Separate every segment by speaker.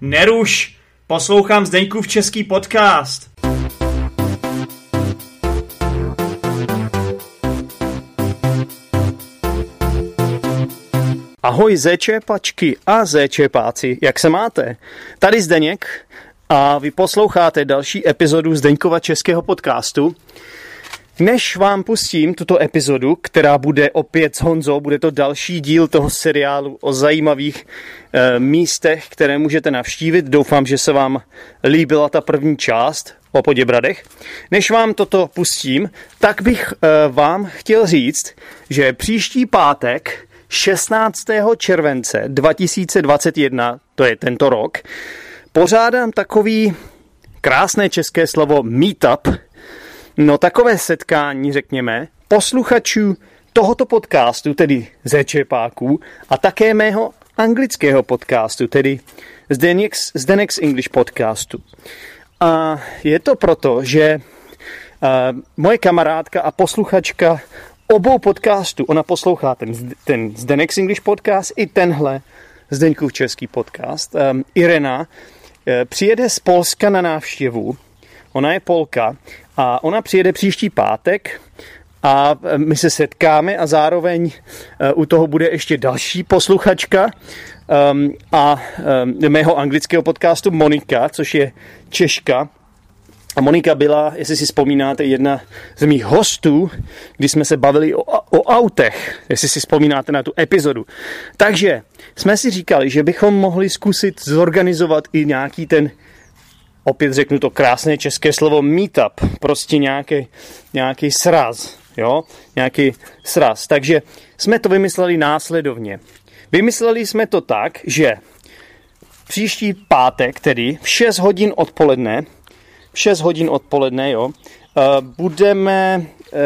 Speaker 1: Neruš! Poslouchám Zdeňkův český podcast. Ahoj zečepačky a zečepáci, jak se máte? Tady Zdeněk a vy posloucháte další epizodu Zdeňkova českého podcastu. Než vám pustím tuto epizodu, která bude opět s Honzou, bude to další díl toho seriálu o zajímavých e, místech, které můžete navštívit. Doufám, že se vám líbila ta první část o Poděbradech. Než vám toto pustím, tak bych e, vám chtěl říct, že příští pátek 16. července 2021, to je tento rok, pořádám takový krásné české slovo meetup, No takové setkání, řekněme, posluchačů tohoto podcastu, tedy ze Čepáků, a také mého anglického podcastu, tedy Zdeněk, Zdeněk z English podcastu. A je to proto, že uh, moje kamarádka a posluchačka obou podcastů, ona poslouchá ten, ten Zdeněk z English podcast i tenhle Zdeňkův český podcast, um, Irena, uh, přijede z Polska na návštěvu Ona je Polka a ona přijede příští pátek a eh, my se setkáme a zároveň eh, u toho bude ještě další posluchačka um, a um, mého anglického podcastu Monika, což je Češka. A Monika byla, jestli si vzpomínáte, jedna z mých hostů, kdy jsme se bavili o, o autech, jestli si vzpomínáte na tu epizodu. Takže jsme si říkali, že bychom mohli zkusit zorganizovat i nějaký ten opět řeknu to krásné české slovo meetup, prostě nějaký, nějaký sraz, jo, nějaký sraz. Takže jsme to vymysleli následovně. Vymysleli jsme to tak, že příští pátek, tedy v 6 hodin odpoledne, v 6 hodin odpoledne, jo, Eh, budeme, eh,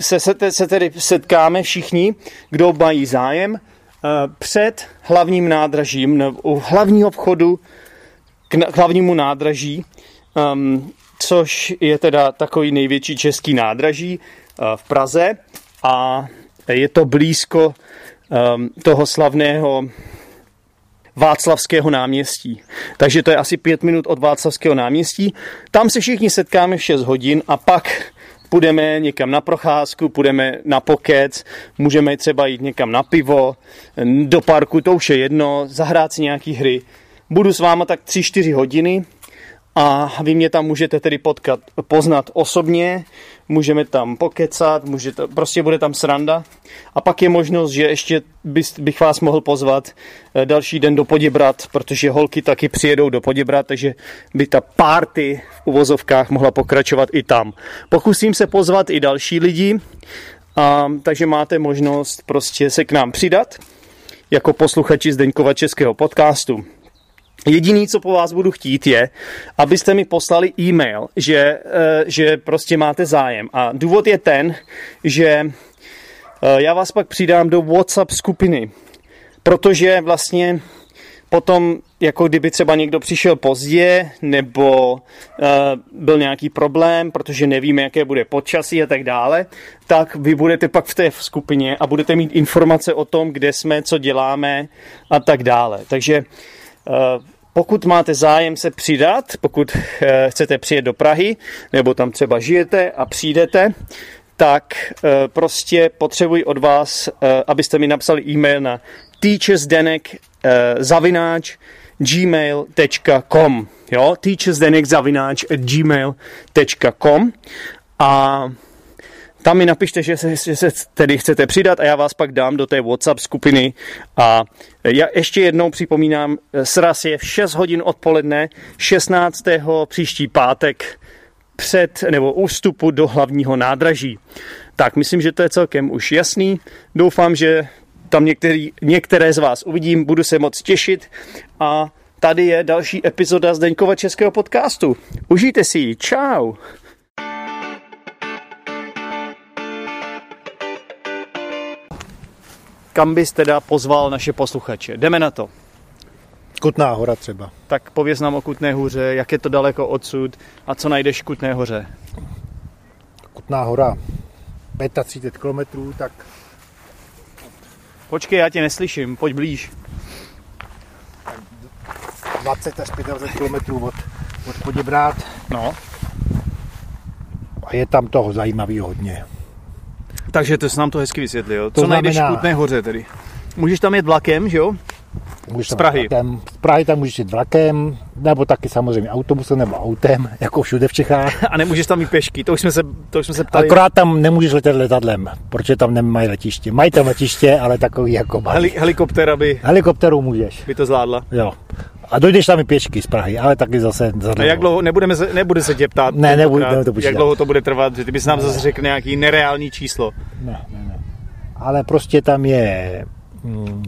Speaker 1: se, se, se tedy setkáme všichni, kdo mají zájem, eh, před hlavním nádražím, nebo u hlavního vchodu k hlavnímu nádraží, um, což je teda takový největší český nádraží uh, v Praze a je to blízko um, toho slavného Václavského náměstí. Takže to je asi pět minut od Václavského náměstí. Tam se všichni setkáme v 6 hodin a pak půjdeme někam na procházku, půjdeme na pokec, můžeme třeba jít někam na pivo, do parku, to už je jedno, zahrát si nějaký hry budu s váma tak 3-4 hodiny a vy mě tam můžete tedy potkat, poznat osobně, můžeme tam pokecat, můžete, prostě bude tam sranda. A pak je možnost, že ještě bych vás mohl pozvat eh, další den do Poděbrat, protože holky taky přijedou do Poděbrat, takže by ta party v uvozovkách mohla pokračovat i tam. Pokusím se pozvat i další lidi, a, takže máte možnost prostě se k nám přidat jako posluchači Zdeňkova českého podcastu. Jediný, co po vás budu chtít, je, abyste mi poslali e-mail, že, že prostě máte zájem. A důvod je ten, že eh, já vás pak přidám do WhatsApp skupiny, protože vlastně potom, jako kdyby třeba někdo přišel pozdě, nebo uh, byl nějaký problém, protože nevíme, jaké bude počasí a tak dále, tak vy budete pak v té skupině a budete mít informace o tom, kde jsme, co děláme a tak dále. Takže Eh, pokud máte zájem se přidat, pokud eh, chcete přijet do Prahy, nebo tam třeba žijete a přijdete, tak prostě potřebuji od vás, eh, abyste mi napsali e-mail na teachersdenek eh, zavináč gmail.com jo, teachersdenek zavináč gmail.com a tam mi napište, že se, že se tedy chcete přidat a já vás pak dám do té WhatsApp skupiny. A já ještě jednou připomínám, sraz je v 6 hodin odpoledne 16. příští pátek před nebo u vstupu do hlavního nádraží. Tak myslím, že to je celkem už jasný. Doufám, že tam některý, některé z vás uvidím, budu se moc těšit a tady je další epizoda Zdeňkova českého podcastu. Užijte si ji, čau! kam bys teda pozval naše posluchače. Jdeme na to.
Speaker 2: Kutná hora třeba.
Speaker 1: Tak pověz nám o Kutné hoře, jak je to daleko odsud a co najdeš v Kutné hoře.
Speaker 2: Kutná hora 35 km, tak
Speaker 1: Počkej, já tě neslyším, pojď blíž.
Speaker 2: 20 až 25 km od, od Poděbrát
Speaker 1: No,
Speaker 2: a je tam toho zajímavého hodně.
Speaker 1: takže to jsi nám to hezky vysvětlil. Co
Speaker 2: To
Speaker 1: najdeš v
Speaker 2: znamená-
Speaker 1: Kutné hoře tedy? Můžeš tam jet vlakem, že jo?
Speaker 2: Můžeš
Speaker 1: Z
Speaker 2: tam
Speaker 1: Prahy.
Speaker 2: jít Vlakem, z Prahy tam můžeš jít vlakem, nebo taky samozřejmě autobusem nebo autem, jako všude v Čechách.
Speaker 1: A nemůžeš tam jít pěšky, to už jsme se, to už jsme se ptali.
Speaker 2: Akorát tam nemůžeš letět letadlem, protože tam nemají letiště. Mají tam letiště, ale takový jako
Speaker 1: Heli,
Speaker 2: Heli-
Speaker 1: helikoptéra by,
Speaker 2: Helikopterou můžeš.
Speaker 1: by to zvládla.
Speaker 2: Jo. A dojdeš tam i pěšky z Prahy, ale taky zase
Speaker 1: A
Speaker 2: zadarmo.
Speaker 1: jak dlouho, nebudeme se, nebude se tě ptát,
Speaker 2: Ne, nebudu-
Speaker 1: tentokrát,
Speaker 2: ne, to počítám.
Speaker 1: jak dlouho to bude trvat, že ty bys nám zase řekl nějaký nereální číslo.
Speaker 2: Ne, ne, ne. Ale prostě tam je mm,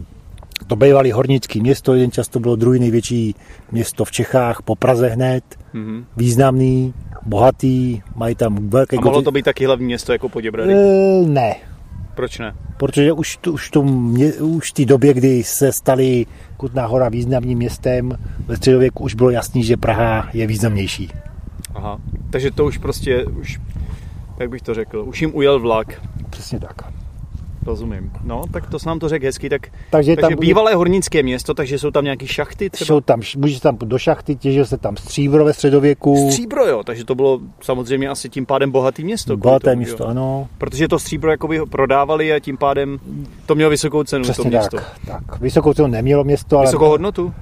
Speaker 2: to bývalý hornický město, jeden čas to bylo druhý největší město v Čechách, po Praze hned,
Speaker 1: Mhm.
Speaker 2: významný, bohatý, mají tam velké...
Speaker 1: A mohlo
Speaker 2: goty-
Speaker 1: to být taky hlavní město jako Poděbrady.
Speaker 2: Eh, Jako ne,
Speaker 1: Proč ne?
Speaker 2: protože už, tu- už, tu mě, už v té době, kdy se staly Kutná hora významným městem, ve středověku už bylo jasný, že Praha je významnější.
Speaker 1: Aha. Takže to už prostě, už, jak bych to řekl, už jim ujel vlak.
Speaker 2: Přesně tak.
Speaker 1: Rozumím. No, tak to jsi nám to řekl hezky. Tak, takže
Speaker 2: Takže, tam
Speaker 1: bývalé hornické město, takže jsou tam nějaké šachty třeba?
Speaker 2: Jsou tam, můžeš tam do šachty, těžil se tam stříbro ve středověku.
Speaker 1: Stříbro, jo, takže to bylo samozřejmě asi tím pádem bohatý město. kvůli
Speaker 2: Bohaté
Speaker 1: tomu,
Speaker 2: město,
Speaker 1: Jo.
Speaker 2: ano.
Speaker 1: Protože to stříbro jakoby ho prodávali a tím pádem to mělo vysokou cenu, to
Speaker 2: Přesně tak,
Speaker 1: město.
Speaker 2: tak. Vysokou cenu nemělo město, ale
Speaker 1: Vysokou hodnotu?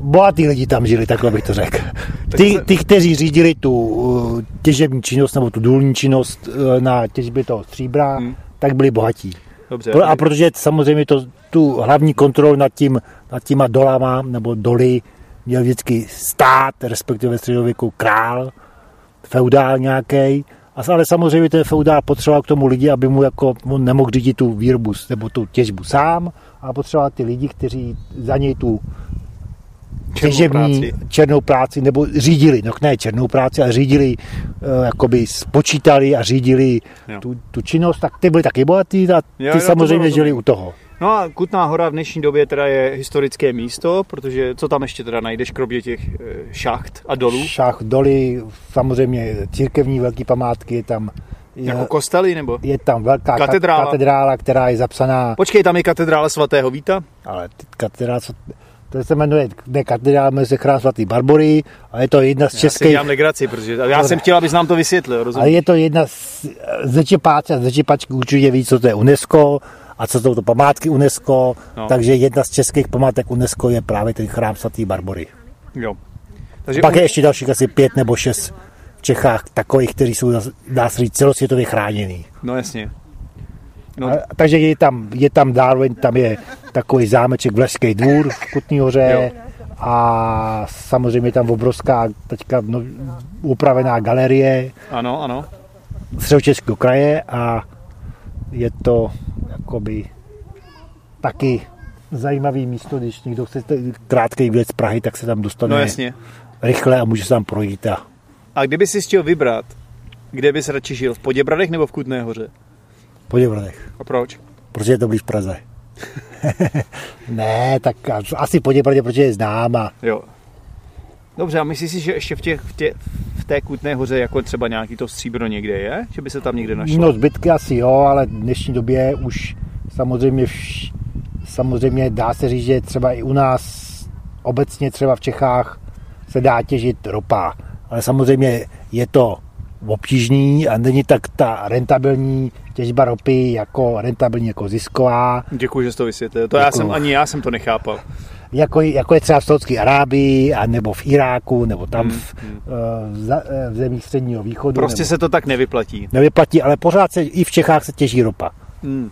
Speaker 2: bohatý lidi tam žili, takhle bych to řekl.
Speaker 1: Tak
Speaker 2: Ty,
Speaker 1: se-
Speaker 2: ty, kteří řídili tu uh, těžební činnost nebo tu důlní činnost uh, na těžbě toho stříbra,
Speaker 1: Hmm.
Speaker 2: hmm. tak byli bohatí.
Speaker 1: Dobře.
Speaker 2: Pro, a protože samozřejmě to, tu hlavní kontrolu nad, tím, nad těma dolama nebo doly měl vždycky stát, respektive ve středověku král, feudál nějaký. A, s- ale samozřejmě ten feudál potřeboval k tomu lidi, aby mu jako on nemohl řídit tu výrobu s- nebo tu těžbu sám, a potřeboval ty lidi, kteří za něj tu
Speaker 1: Černou
Speaker 2: těžební
Speaker 1: práci.
Speaker 2: černou práci, nebo řídili, no ne černou práci, ale řídili, eh, jakoby spočítali a řídili
Speaker 1: Jo.
Speaker 2: tu, tu, činnost, tak ty byli taky bohatý a ty
Speaker 1: jo, to
Speaker 2: samozřejmě
Speaker 1: rozumím.
Speaker 2: žili u toho.
Speaker 1: No a Kutná hora v dnešní době teda je historické místo, protože co tam ještě teda najdeš kromě těch eh, šacht a dolů?
Speaker 2: Šach doly, samozřejmě církevní velké památky, je tam, je,
Speaker 1: Jako kostely nebo?
Speaker 2: je tam velká kat-
Speaker 1: Katedrála.
Speaker 2: katedrála, která je zapsaná,
Speaker 1: Počkej, tam je katedrála svatého Víta?
Speaker 2: ale ty- katedrála, co- to se jmenuje, ne katedrála, jmenuje se chrám svatý Barbory a je to jedna z
Speaker 1: Já si
Speaker 2: českých,
Speaker 1: dělám legraci, protože já jsem chtěl, abys nám to vysvětlil,
Speaker 2: ale
Speaker 1: rozumíš?
Speaker 2: je to jedna z, ze Čepáče a ze Čepačky určitě ví, co to je UNESCO a co jsou to památky UNESCO,
Speaker 1: No.
Speaker 2: no. takže jedna z českých památek UNESCO je právě ten chrám svatý Barbory.
Speaker 1: Jo. Takže
Speaker 2: Pak je ještě dalších asi pět nebo šest v Čechách takových, kteří jsou, zas- dá se říct, celosvětově chráněný.
Speaker 1: No jasně. No,
Speaker 2: A, takže je tam, je tam zároveň, tam je takový zámeček Vlašský dvůr v Kutní hoře a samozřejmě je tam obrovská teďka no, upravená galerie
Speaker 1: ano, ano.
Speaker 2: Středočeského kraje a je to jakoby taky zajímavý místo, když někdo chce t- krátký výlet z Prahy, tak se tam dostane
Speaker 1: No jasně.
Speaker 2: rychle a může se tam projít a
Speaker 1: A kdyby si chtěl vybrat, kde bys radši žil? V Poděbradech nebo v Kutné hoře?
Speaker 2: poděvrdech,
Speaker 1: A proč?
Speaker 2: protože je to blíž Praze. ne, tak a- asi poděvrdě, protože je znám a
Speaker 1: Jo. Dobře, a myslíš si, že ještě v, těch, v, tě, v té Kutné hoře jako třeba nějaký to stříbro někde je? Že by se tam někde našlo?
Speaker 2: No zbytky asi jo, ale v dnešní době už samozřejmě, vš, samozřejmě dá se říct, že třeba i u nás obecně třeba v Čechách se dá těžit ropa. Ale samozřejmě je to obtížný a není tak ta rentabilní těžba ropy jako rentabilní jako zisková,
Speaker 1: Mm. Děkuji, že jsi to vysvětlil. To já
Speaker 2: Děkuju.
Speaker 1: jsem, ani já jsem to nechápal.
Speaker 2: jako, jako je třeba v Saudské Arábii a nebo v Iráku nebo tam v, eh, v, za- eh, v zemích středního východu.
Speaker 1: Hmm, Prostě
Speaker 2: nebo,
Speaker 1: se to tak nevyplatí.
Speaker 2: nevyplatí, ale pořád se i v Čechách se těží ropa.
Speaker 1: Hmm.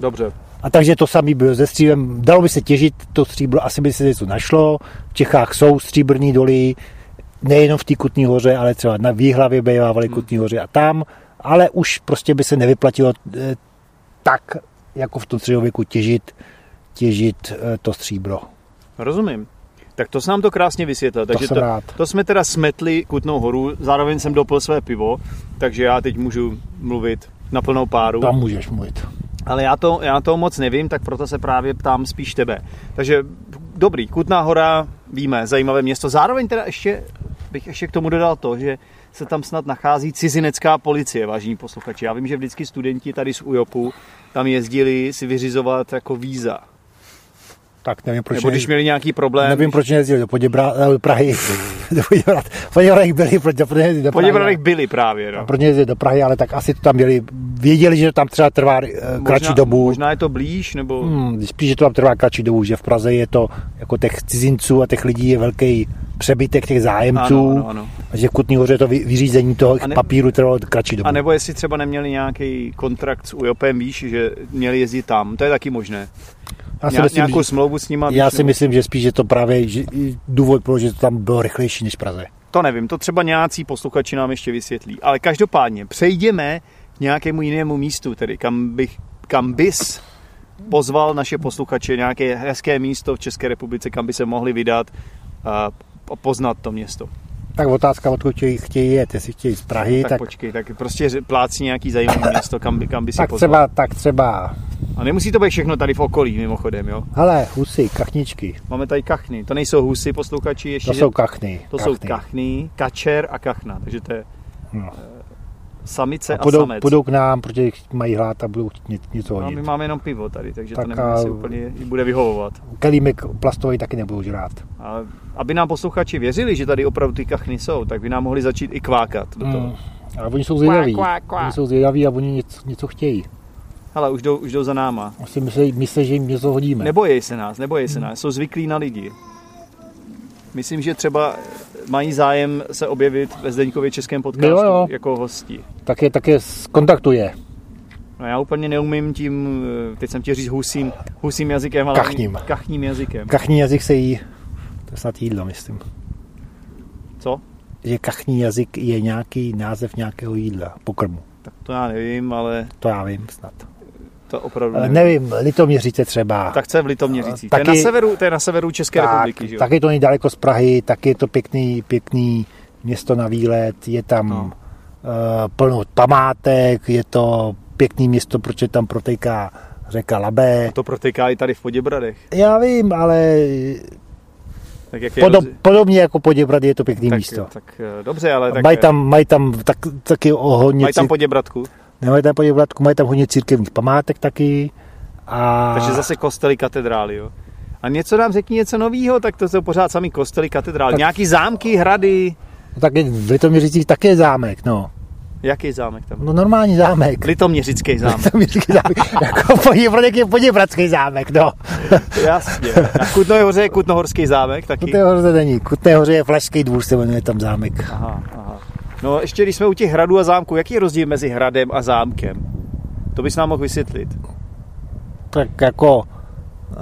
Speaker 1: Dobře.
Speaker 2: A takže to samý bylo se stříbrem. Dalo by se těžit to stříbro, asi by se něco našlo. V Čechách jsou stříbrní doly, nejenom v té Kutní hoře, ale třeba na Výhlavě bývávaly
Speaker 1: Hmm.
Speaker 2: Kutní hoře a tam. Ale už prostě by se nevyplatilo eh, tak, jako v tom středověku těžit, těžit eh, to stříbro.
Speaker 1: Rozumím. Tak to jsi nám to krásně vysvětlil. Takže
Speaker 2: jsem
Speaker 1: to,
Speaker 2: rád.
Speaker 1: to jsme teda smetli Kutnou horu, zároveň jsem dopil své pivo, takže já teď můžu mluvit na plnou páru.
Speaker 2: Tam můžeš mluvit.
Speaker 1: Ale já to, já to moc nevím, tak proto se právě ptám spíš tebe. Takže dobrý, Kutná hora, víme, zajímavé město. Zároveň teda ještě bych ještě k tomu dodal to, že se tam snad nachází cizinecká policie, vážení posluchači. Já vím, že vždycky studenti tady z UJOPu tam jezdili si vyřizovat jako víza.
Speaker 2: tak nevím, proč
Speaker 1: Nebo když měli nějaký problém.
Speaker 2: Nevím, proč nejezdili do Poděbra, eh, do Prahy. do Poděbra, v Poděbradech byli, proč do Prahy, do Prahy,
Speaker 1: Poděbradech byli právě, no.
Speaker 2: proč nejezdili do Prahy, ale tak asi to tam měli, věděli, že to tam třeba trvá eh, kratší
Speaker 1: možná,
Speaker 2: dobu.
Speaker 1: Možná je to blíž, nebo...
Speaker 2: Hmm, spíš, že to tam trvá kratší dobu, že v Praze je to, jako těch cizinců a těch lidí je velký přebytek těch zájemců.
Speaker 1: Ano, ano, ano.
Speaker 2: A že v Kutný hoře to vy- vyřízení toho
Speaker 1: A ne-
Speaker 2: papíru trvalo kratší dobu.
Speaker 1: A nebo jestli třeba neměli nějaký kontrakt s UJOPem, víš, že měli jezdit tam. To je taky možné.
Speaker 2: já si,
Speaker 1: Ně-
Speaker 2: myslím,
Speaker 1: nějakou
Speaker 2: že,
Speaker 1: smlouvu s nima.
Speaker 2: já
Speaker 1: víš,
Speaker 2: si
Speaker 1: nebo-
Speaker 2: myslím, že spíš je to právě že, i důvod bylo, že to tam bylo rychlejší než v Praze.
Speaker 1: To nevím, to třeba nějací posluchači nám ještě vysvětlí. Ale každopádně přejdeme k nějakému jinému místu, tedy kam, bych, kam bys pozval naše posluchače, nějaké hezké místo v České republice, kam by se mohli vydat a po- poznat to město.
Speaker 2: Tak otázka, odkud chtějí, chtějí jet, jestli chtějí z Prahy,
Speaker 1: tak,
Speaker 2: tak, tak,
Speaker 1: počkej, tak prostě ř- plácí nějaký zajímavé město, kam by, kam by si
Speaker 2: tak
Speaker 1: pozval.
Speaker 2: třeba, tak třeba,
Speaker 1: A nemusí to být všechno tady v okolí, mimochodem, jo.
Speaker 2: hele, husy, kachničky,
Speaker 1: Máme tady kachny, to nejsou husy posluchači, ještě,
Speaker 2: to
Speaker 1: že-
Speaker 2: jsou kachny.
Speaker 1: to jsou kachny, kačer a kachna, takže to je
Speaker 2: No.
Speaker 1: eh, samice
Speaker 2: A
Speaker 1: a,
Speaker 2: půjdou,
Speaker 1: samec.
Speaker 2: půjdou, k nám, protože mají hlad a budou chtít ně- něco
Speaker 1: No,
Speaker 2: hodit.
Speaker 1: my máme jenom pivo tady, takže
Speaker 2: Tak
Speaker 1: to nevím,
Speaker 2: a-
Speaker 1: jestli úplně i bude vyhovovat.
Speaker 2: Kelímek plastový taky nebudou žrát.
Speaker 1: A aby nám posluchači věřili, že tady opravdu ty kachny jsou, tak by nám mohli začít i kvákat do toho.
Speaker 2: Mm. Ale oni jsou zvědaví.
Speaker 3: Kvák, kvák, kvák.
Speaker 2: Oni jsou zvědaví a oni něco, něco chtějí.
Speaker 1: Hele, už jdou, už jdou za náma.
Speaker 2: Asi myslí, myslí, že jim něco hodíme.
Speaker 1: Nebojej se nás, nebojej se nás, jsou zvyklí na lidi. Myslím, že třeba mají zájem se objevit ve Zdeňkově českém podcastu
Speaker 2: Jo, jo.
Speaker 1: jako hosti.
Speaker 2: Tak je, tak je skontaktuje.
Speaker 1: No já úplně neumím tím, eh, teď jsem tě říct husím, husím jazykem, ale
Speaker 2: Kachním.
Speaker 1: kachním jazykem.
Speaker 2: Kachní jazyk se jí... To je snad jídlo, myslím.
Speaker 1: Co?
Speaker 2: Že kachní jazyk je nějaký název nějakého jídla, pokrmu.
Speaker 1: Tak to já nevím, ale
Speaker 2: To já vím snad.
Speaker 1: to opravdu
Speaker 2: Ale
Speaker 1: nevím.
Speaker 2: nevím, litoměřice třeba.
Speaker 1: Hmm. Tak co je v Litoměřicích?
Speaker 2: Taky-
Speaker 1: To, je na severu, to je na severu České
Speaker 2: tak,
Speaker 1: republiky, že jo?
Speaker 2: tak je to nedaleko z Prahy, tak je to pěkný, pěkný město na výlet, je tam no.
Speaker 1: No.
Speaker 2: uh, plno památek, je to pěkný město, protože tam protéká řeka Labé.
Speaker 1: To protéká i tady v Poděbradech.
Speaker 2: Já vím, ale
Speaker 1: Tak jak je
Speaker 2: podob,
Speaker 1: roz-
Speaker 2: podobně jako Poděbrady je to pěkný
Speaker 1: tak,
Speaker 2: místo.
Speaker 1: Tak eh, dobře, ale tak,
Speaker 2: mají,
Speaker 1: eh,
Speaker 2: tam, mají tam tak, taky o hodně,
Speaker 1: mají tam
Speaker 2: cir-
Speaker 1: Poděbradku.
Speaker 2: nemají tam Poděbradku, mají tam hodně církevních památek taky. A
Speaker 1: Takže zase kostely, katedrály, jo? A něco nám řekni něco novýho, tak to jsou pořád samý kostely, katedrály.
Speaker 2: Tak-
Speaker 1: Nějaký zámky, hrady.
Speaker 2: tak je, v Litoměřicích taky je zámek, no.
Speaker 1: Jaký zámek tam?
Speaker 2: No normální zámek.
Speaker 1: Litoměřický zámek.
Speaker 2: Litoměřický zámek. jako Poděbradek je Poděbradský zámek, no.
Speaker 1: Jasně. A v Kutnohoře je Kutnohorský zámek taky.
Speaker 2: Kutné hoře No, to není. Kutné hoře je Flašský dvůr, se jmenuje tam zámek.
Speaker 1: Aha, aha. No ještě když jsme u těch hradů a zámků, jaký je rozdíl mezi hradem a zámkem? To bys nám mohl vysvětlit.
Speaker 2: Tak jako eh,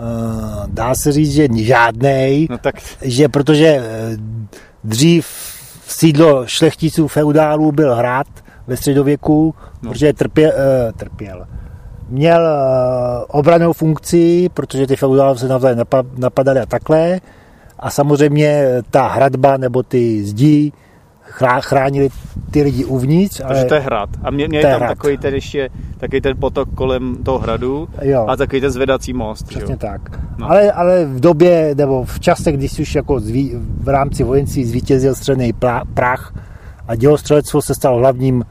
Speaker 2: dá se říct, že žádnej,
Speaker 1: No tak
Speaker 2: že protože eh, dřív sídlo šlechticů feudálů byl hrad ve středověku,
Speaker 1: No.
Speaker 2: no. protože trpěl, eh, trpěl. Měl eh, obranou funkci, protože ty feudálové se navzájem napa- napadali a takhle. A samozřejmě eh, ta hradba nebo ty zdi chrá- chránili ty lidi uvnitř.
Speaker 1: Takže to je hrad. A mě, mě
Speaker 2: To
Speaker 1: je
Speaker 2: je
Speaker 1: tam
Speaker 2: hrad.
Speaker 1: takový ten ještě, takový ten potok kolem toho hradu
Speaker 2: Jo.
Speaker 1: a takový ten zvedací most.
Speaker 2: No. Přesně
Speaker 1: jo?
Speaker 2: tak.
Speaker 1: No.
Speaker 2: Ale, ale v době, nebo v čase, když už jako zví, v rámci vojenství zvítězil střelný plá- prach a dělostřelectvo se stalo hlavním,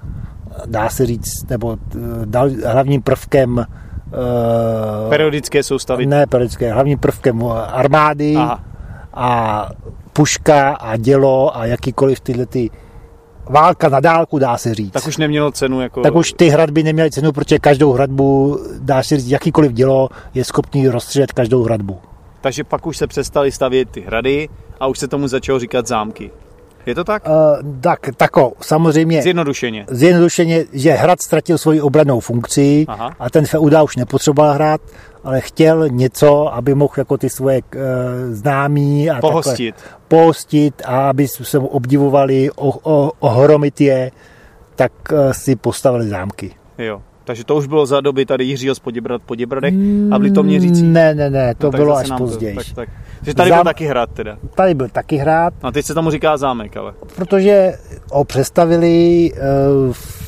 Speaker 2: dá se říct, nebo eh, dal, hlavním prvkem eh,
Speaker 1: Periodické soustavy.
Speaker 2: ne periodické, hlavním prvkem eh, armády
Speaker 1: Aha.
Speaker 2: a puška a dělo a jakýkoliv tyhle ty válka na dálku, dá se říct.
Speaker 1: Tak už nemělo cenu jako...
Speaker 2: Tak už ty hradby neměly cenu, protože každou hradbu, dá se říct, jakýkoliv dělo je schopný rozstřílet každou hradbu.
Speaker 1: Takže pak už se přestali stavět ty hrady a už se tomu začalo říkat zámky. Je to tak?
Speaker 2: Uh, tak, tako, samozřejmě
Speaker 1: Zjednodušeně.
Speaker 2: zjednodušeně, že hrad ztratil svoji obranou funkci
Speaker 1: Aha.
Speaker 2: a ten feudál už nepotřeboval hrát, ale chtěl něco, aby mohl jako ty svoje uh, známí a
Speaker 1: Pohostit.
Speaker 2: Takhle, pohostit a aby se mu obdivovali, o, o, ohromit je, tak uh, si postavili zámky.
Speaker 1: Jo. Takže to už bylo za doby tady Jiřího z Poděbrad, Poděbradech a v Litoměřicích.
Speaker 2: Ne, ne, ne, to
Speaker 1: No,
Speaker 2: no,
Speaker 1: tak
Speaker 2: bylo
Speaker 1: zase
Speaker 2: až
Speaker 1: nám
Speaker 2: později.
Speaker 1: To, tak, tak. Takže tady byl
Speaker 2: Zám-
Speaker 1: taky hrad teda.
Speaker 2: Tady byl taky hrát,
Speaker 1: A teď se tomu říká zámek, ale.
Speaker 2: protože ho přestavili, eh, v,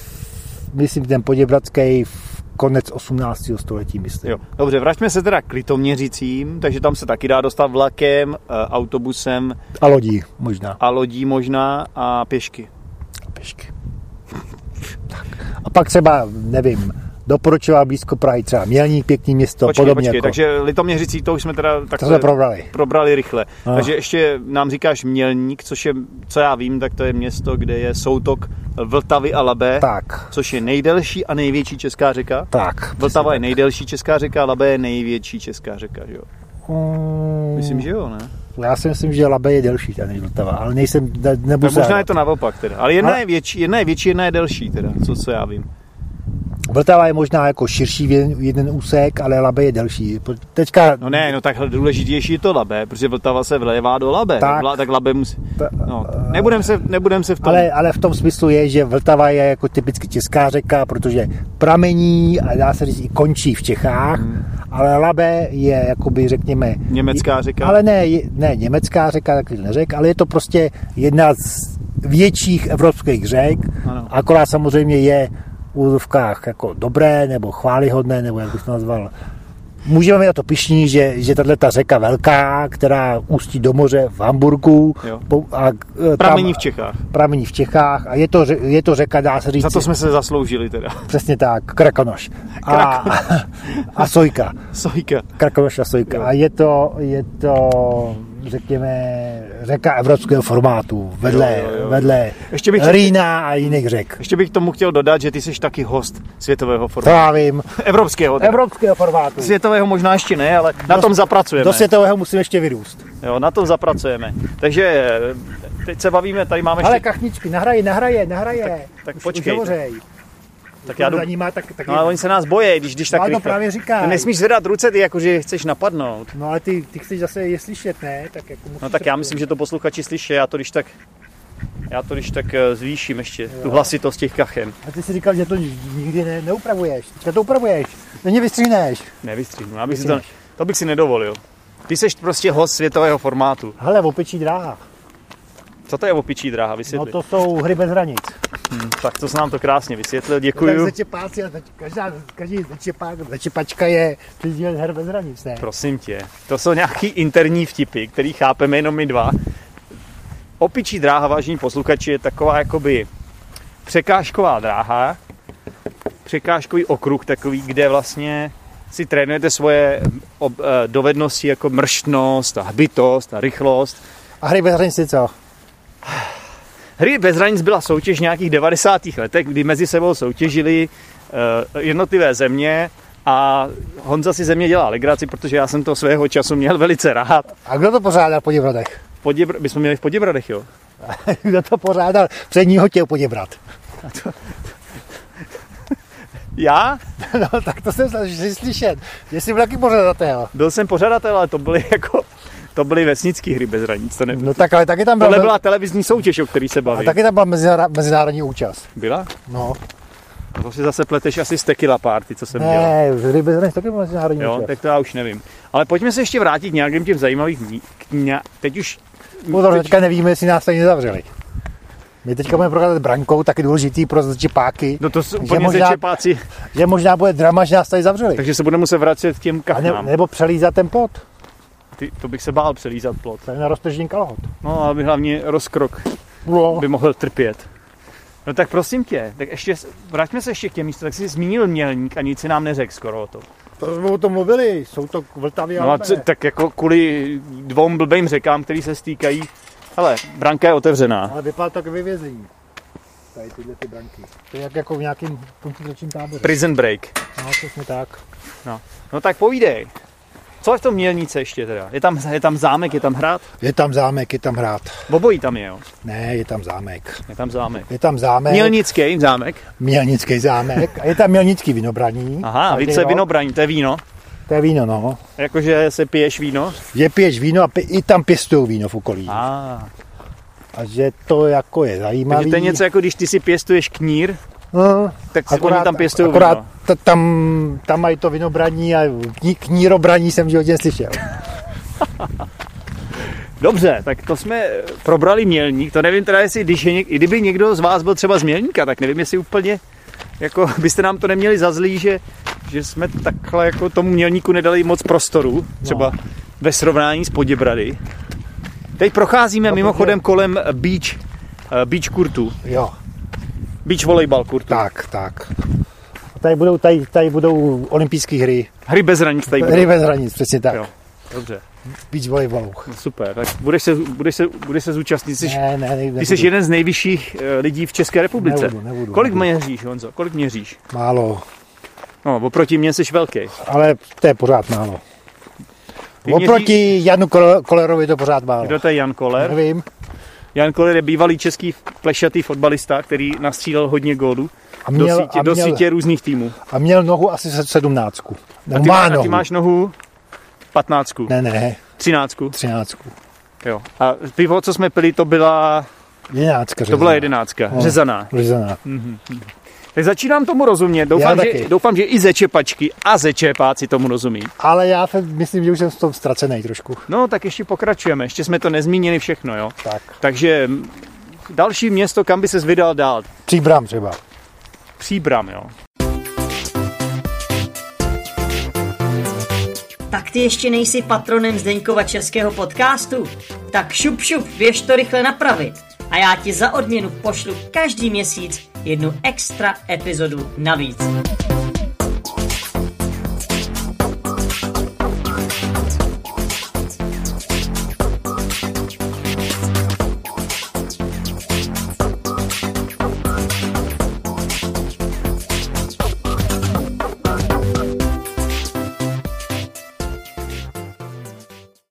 Speaker 2: myslím, ten poděbradský v konec 18. století, myslím.
Speaker 1: Jo. Dobře, vraťme se teda k Litoměřicím, takže tam se taky dá dostat vlakem, eh, autobusem,
Speaker 2: A lodí možná.
Speaker 1: a lodí možná a pěšky.
Speaker 2: A pěšky. Tak. A pak třeba, nevím, doporučoval blízko Prahy třeba Mělník, pěkný město,
Speaker 1: Počkej,
Speaker 2: podobně
Speaker 1: počkej,
Speaker 2: jako.
Speaker 1: takže Litoměřicí, to už jsme teda
Speaker 2: To
Speaker 1: takhle
Speaker 2: jsme probrali.
Speaker 1: probrali rychle.
Speaker 2: Ano.
Speaker 1: Takže ještě nám říkáš Mělník, což je, co já vím, tak to je město, kde je soutok Vltavy a Labe,
Speaker 2: Tak,
Speaker 1: což je nejdelší a největší česká řeka.
Speaker 2: tak.
Speaker 1: Vltava je nejdelší česká řeka, Labe je největší česká řeka, že jo?
Speaker 2: Mm,
Speaker 1: Hmm. Myslím, že jo, ne?
Speaker 2: Já si myslím, že Labe je delší ta než Vltava, ale nejsem, ne, nebudu
Speaker 1: Tak možná
Speaker 2: se-
Speaker 1: je to naopak teda. Ale jedna,
Speaker 2: Ale-
Speaker 1: je větší, jedna je větší, jedna je delší teda, co, co já vím.
Speaker 2: Vltava je možná jako širší v jeden, jeden úsek, ale Labe je delší. Po- Teďka,
Speaker 1: No ne, no takhle důležitější je to Labe, protože Vltava se vlévá do Labe.
Speaker 2: Tak.
Speaker 1: Tak, La, tak Labe musí...
Speaker 2: Ta-
Speaker 1: No, nebudem se, nebudem se v tom...
Speaker 2: ale, ale v tom smyslu je, že Vltava je jako typicky česká řeka, protože pramení a dá se říct i končí v Čechách, ale Labe je jakoby řekněme...
Speaker 1: Hmm. Německá řeka.
Speaker 2: Ale ne, je- ne německá řeka, tak neřek, ale je to prostě jedna z větších evropských řek,
Speaker 1: Ano.
Speaker 2: akorát samozřejmě je v úzovkách jako dobré nebo chválihodné, nebo jak bych to nazval. Můžeme být na to pišní, že, že tahle ta řeka velká, která ústí do moře v Hamburgu
Speaker 1: Jo.
Speaker 2: po- a eh,
Speaker 1: Pramení v Čechách.
Speaker 2: pramení v Čechách a je to, ře- je to řeka, dá se říct,
Speaker 1: Za to jsme se zasloužili teda.
Speaker 2: přesně tak, Krakonoš a, a Sojka.
Speaker 1: Sojka.
Speaker 2: Krakonoš a Sojka.
Speaker 1: Jo.
Speaker 2: A je to, je to, řekněme, řeka evropského formátu, vedle,
Speaker 1: Jo, jo, jo.
Speaker 2: vedle
Speaker 1: Ještě bych-
Speaker 2: Rýna a jiných řek.
Speaker 1: Ještě bych tomu chtěl dodat, že ty jsi taky host světového
Speaker 2: To
Speaker 1: formátu.
Speaker 2: já vím,
Speaker 1: Evropského. Teda.
Speaker 2: evropského formátu.
Speaker 1: Světového možná ještě ne, ale na tom zapracujeme.
Speaker 2: Do světového musím ještě vyrůst.
Speaker 1: Jo, na tom zapracujeme. Takže eh, teď se bavíme, tady máme
Speaker 2: Ale
Speaker 1: ještě...
Speaker 2: kachničky, nahraje, nahraje, nahraje.
Speaker 1: Tak- tak
Speaker 2: Už- už
Speaker 1: počkej.
Speaker 2: hovořej.
Speaker 1: Tak já jdu...
Speaker 2: Za níma, tak, tak
Speaker 1: No ale oni se nás bojí, když jdeš tak
Speaker 2: No, to
Speaker 1: rychle.
Speaker 2: právě říkám.
Speaker 1: Ty Nesmíš zvedat ruce, ty jakože je chceš napadnout.
Speaker 2: no ale ty, ty chceš zase je slyšet, ne? Tak jako musíš
Speaker 1: No tak já myslím, že to posluchači slyší, já to když tak... Já to když tak eh, zvýším ještě, tu hlasitost těch kachem.
Speaker 2: A ty jsi říkal, že to nikdy ne, neupravuješ. Teďka to upravuješ. Není vystřihneš.
Speaker 1: Nevystřihnu, já bych si to, to bych si nedovolil. Ty seš prostě host světového formátu.
Speaker 2: Hele, opečí dráha.
Speaker 1: Co to je opičí dráha,
Speaker 2: No
Speaker 1: vysvětli.
Speaker 2: to jsou hry bez hranic.
Speaker 1: Tak to jsi nám to krásně vysvětlil,
Speaker 2: Tak
Speaker 1: děkuju.
Speaker 2: začepáci a zač, každá, každý začepák, začepačka je přizdílet her bez hranic, ne?
Speaker 1: Prosím tě, to jsou nějaký interní vtipy, který chápeme jenom my dva. Opičí dráha, vážení posluchači, je taková jakoby překážková dráha, překážkový okruh takový, kde vlastně si trénujete svoje ob, eh, dovednosti jako mrštnost a hbitost a rychlost
Speaker 2: A hry bez hranic je co?
Speaker 1: Hry bez hranic byla soutěž v nějakých 90. letech, kdy mezi sebou soutěžili eh, jednotlivé země a Honza si země dělá legraci, protože já jsem to svého času měl velice rád.
Speaker 2: A kdo to pořádal v Poděbradech?
Speaker 1: V Poděbr- my jsme měli v Poděbradech, jo?
Speaker 2: kdo to pořádal předního těl Poděbrad?
Speaker 1: Já
Speaker 2: no tak to jsem snažil slyšet. Jestli byl taky pořadatel.
Speaker 1: byl jsem pořadatel, ale to byly jako, to byly vesnické hry bez hranic. To ne-
Speaker 2: No tak ale taky tam byl,
Speaker 1: Tohle byla televizní soutěž, o který se
Speaker 2: a
Speaker 1: bavím.
Speaker 2: taky tam byla mezinárodní, mezinárodní účast.
Speaker 1: Byla?
Speaker 2: No,
Speaker 1: No to si zase pleteš asi z Tequila Party, co jsem dělal.
Speaker 2: ne, v hry bez hranic taky byla mezinárodní
Speaker 1: Jo,
Speaker 2: účast.
Speaker 1: tak to já už nevím. Ale pojďme se ještě vrátit k nějakým těm zajímavým kni- kni- Teď už...
Speaker 2: Pozor,
Speaker 1: teď-
Speaker 2: teďka nevíme, jestli nás tady nezavřeli. My teďka budeme prokládat brankou, taky důležitý pro začepáky,
Speaker 1: No to jsou
Speaker 2: Že
Speaker 1: úplně
Speaker 2: možná-
Speaker 1: možná... čepáci.
Speaker 2: že možná bude drama, že nás tady zavřeli.
Speaker 1: Takže se budeme muset vracet k těm
Speaker 2: A ne,
Speaker 1: kachnám.
Speaker 2: nebo přelízat ten pot,
Speaker 1: Ty, to bych se bál přelízat plot.
Speaker 2: ten roztržení kalhot.
Speaker 1: No a by hlavně rozkrok
Speaker 2: No,
Speaker 1: by mohl trpět. No tak prosím tě, tak ještě, s- vraťme se ještě k těm místu, tak jsi zmínil mělník a nic si nám neřekl skoro o to.
Speaker 2: to jsme o tom mluvili, jsou to k Vltavě
Speaker 1: No a co, tak jako kvůli dvou blbým řekám, který se stýkají, hele, branka je otevřená.
Speaker 2: Ale vypadá to k vyvězení. Tady tyhle ty branky. To je jak jako v nějakém koncentračním táboře.
Speaker 1: Prison break.
Speaker 2: No, přesně tak.
Speaker 1: No tak povídej. Co je v tom mělnice ještě teda? Je tam, je tam zámek, je tam hrad?
Speaker 2: Je tam zámek, je tam hrad.
Speaker 1: Obojí tam je, jo.
Speaker 2: Ne, je tam zámek.
Speaker 1: Je tam zámek.
Speaker 2: Je tam zámek,
Speaker 1: Mělnický zámek.
Speaker 2: mělnický zámek. A je tam mělnický vinobraní.
Speaker 1: Aha,
Speaker 2: Každý
Speaker 1: více
Speaker 2: rok.
Speaker 1: vinobraní, to je víno.
Speaker 2: To je víno, no.
Speaker 1: Jakože se piješ víno?
Speaker 2: že piješ víno a pi- i tam pěstují víno v okolí. A,
Speaker 1: A,
Speaker 2: a že to jako je zajímavé.
Speaker 1: takže to je něco jako když ty si pěstuješ knír,
Speaker 2: No,
Speaker 1: tak si oni tam pěstují
Speaker 2: akorát
Speaker 1: víno.
Speaker 2: t- tam, tam mají to vinobraní a kní, knírobraní jsem v životě slyšel.
Speaker 1: Dobře, tak to jsme eh, probrali mělník, to nevím teda, jestli když je něk, i kdyby někdo z vás byl třeba z mělníka, tak nevím, jestli úplně jako byste nám to neměli za zlý, že, že jsme takhle jako tomu mělníku nedali moc prostoru, třeba
Speaker 2: No.
Speaker 1: ve srovnání s Poděbrady. Teď procházíme
Speaker 2: No,
Speaker 1: mimochodem kolem eh, beach, eh, beach kurtu,
Speaker 2: Jo,
Speaker 1: beach volejbal kurtu.
Speaker 2: tak, tak. tady budou, tady, tady budou olympijské hry.
Speaker 1: Hry bez hranic tady budou.
Speaker 2: Hry bez hranic, přesně tak.
Speaker 1: Jo. Dobře,
Speaker 2: Beach volejbalu.
Speaker 1: no super. Tak budeš se, budeš se, budeš se zúčastnit. Jsi,
Speaker 2: Ne, ne, ne,
Speaker 1: ty jsi jeden z nejvyšších eh, lidí v České republice.
Speaker 2: Nebudu, nebudu,
Speaker 1: Kolik
Speaker 2: nebudu.
Speaker 1: měříš, Honzo? Kolik měříš?
Speaker 2: Málo,
Speaker 1: No, oproti mně jsi velký.
Speaker 2: ale to je pořád málo.
Speaker 1: Ty
Speaker 2: Oproti Janu Kole- Kolerovi to pořád málo.
Speaker 1: Kdo to je Jan Koller?
Speaker 2: Nevím.
Speaker 1: Jan Koller je bývalý český plešatý fotbalista, který nastřílel hodně gólů
Speaker 2: A
Speaker 1: do,
Speaker 2: měl,
Speaker 1: sítě,
Speaker 2: a
Speaker 1: do
Speaker 2: měl,
Speaker 1: sítě různých týmů.
Speaker 2: a měl nohu asi se- sedmnáctku.
Speaker 1: A
Speaker 2: Nebo
Speaker 1: ty,
Speaker 2: má
Speaker 1: má, a
Speaker 2: nohu.
Speaker 1: ty máš nohu 15,
Speaker 2: No, Ne, ne,
Speaker 1: 13.
Speaker 2: třináctku.
Speaker 1: Jo. A pivo, co jsme pili, to byla, to
Speaker 2: Jedenáctka.
Speaker 1: byla
Speaker 2: řezaná.
Speaker 1: jedenáctka,
Speaker 2: No.
Speaker 1: řezaná.
Speaker 2: Řezaná.
Speaker 1: Tak začínám tomu rozumět. Doufám, že,
Speaker 2: taky.
Speaker 1: doufám že i zečepačky a zečepáci tomu rozumí.
Speaker 2: Ale já fe- myslím, že už jsem v tom ztracený trošku.
Speaker 1: No, tak ještě pokračujeme. Ještě jsme to nezmínili všechno, jo.
Speaker 2: Tak.
Speaker 1: Takže m, další město, kam by se vydal dál?
Speaker 2: Příbram třeba.
Speaker 1: Příbram, jo.
Speaker 4: Tak ty ještě nejsi patronem Zdeňkova českého podcastu? Tak šup šup, běž to rychle napravit. A já ti za odměnu pošlu každý měsíc jednu extra epizodu navíc.